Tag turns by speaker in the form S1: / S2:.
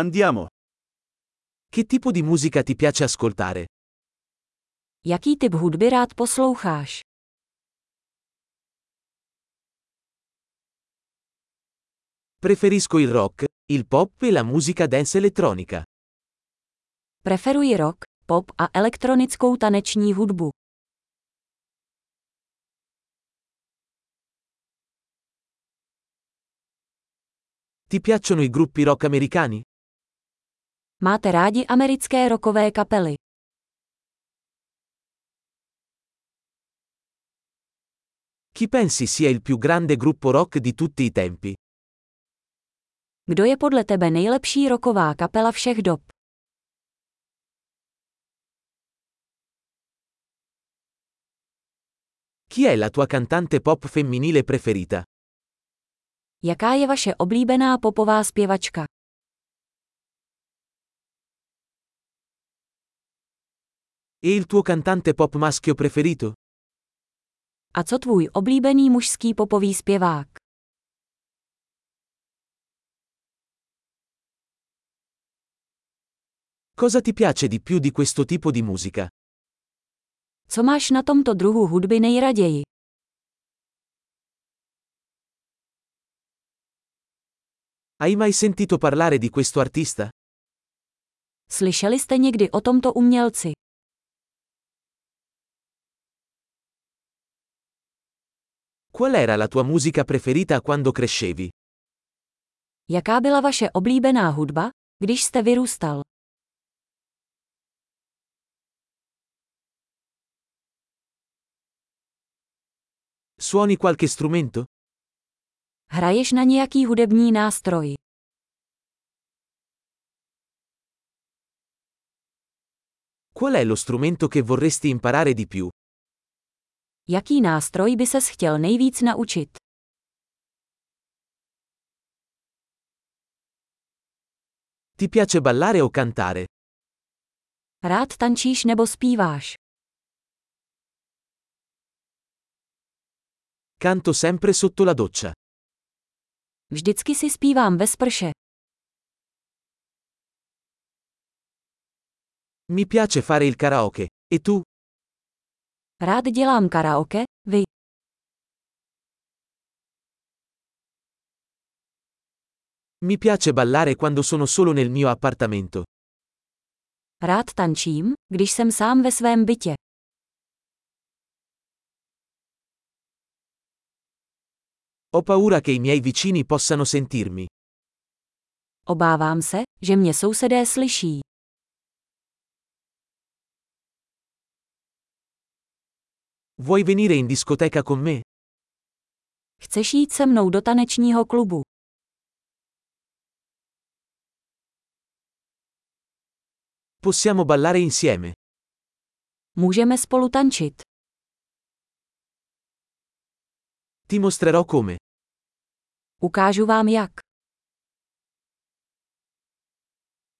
S1: Andiamo. Che tipo di musica ti piace ascoltare?
S2: Jaký typ hudby rád posloucháš?
S1: Preferisco il rock, il pop e la musica dance elettronica.
S2: Preferuji rock, pop a elektronickou taneční hudbu.
S1: Ti piacciono i gruppi rock americani?
S2: Máte rádi americké rockové kapely?
S1: Chi pensi sia il più grande gruppo rock di tutti i tempi?
S2: Kdo je podle tebe nejlepší roková kapela všech dob?
S1: Chi è la tua cantante pop femminile preferita?
S2: Jaká je vaše oblíbená popová zpěvačka?
S1: E il tuo cantante pop maschio preferito?
S2: A co tvůj oblíbený mužský popový zpěvák?
S1: Cosa ti piace di più di questo tipo di musica?
S2: Co máš na tomto druhu hudby nejraději?
S1: Hai mai sentito parlare di questo artista?
S2: Slyšeli jste někdy o tomto umělci?
S1: Qual era la tua musica preferita quando crescevi?
S2: Jaká byla vaše oblíbená hudba, když jste vyrůstal?
S1: Suoni qualche strumento?
S2: Hraješ na nějaký hudební nástroj?
S1: Qual è lo strumento che vorresti imparare di più?
S2: Jaký nástroj by ses chtěl nejvíc naučit?
S1: Ti piace ballare o cantare?
S2: Rád tančíš nebo zpíváš?
S1: Canto sempre sotto la doccia.
S2: Vždycky si zpívám ve sprše.
S1: Mi piace fare il karaoke. E tu?
S2: Rád dělám karaoke, vy.
S1: Mi piace ballare quando sono solo nel mio appartamento.
S2: Rád tančím, když jsem sám ve svém bytě.
S1: Ho paura che i miei vicini possano sentirmi.
S2: Obávám se, že mě sousedé slyší.
S1: Vuoi venire in discoteca con me?
S2: Chceš jít se mnou do tanečního klubu?
S1: Possiamo ballare insieme.
S2: Můžeme spolu tančit.
S1: Ti mostrerò come.
S2: Ukážu vám jak.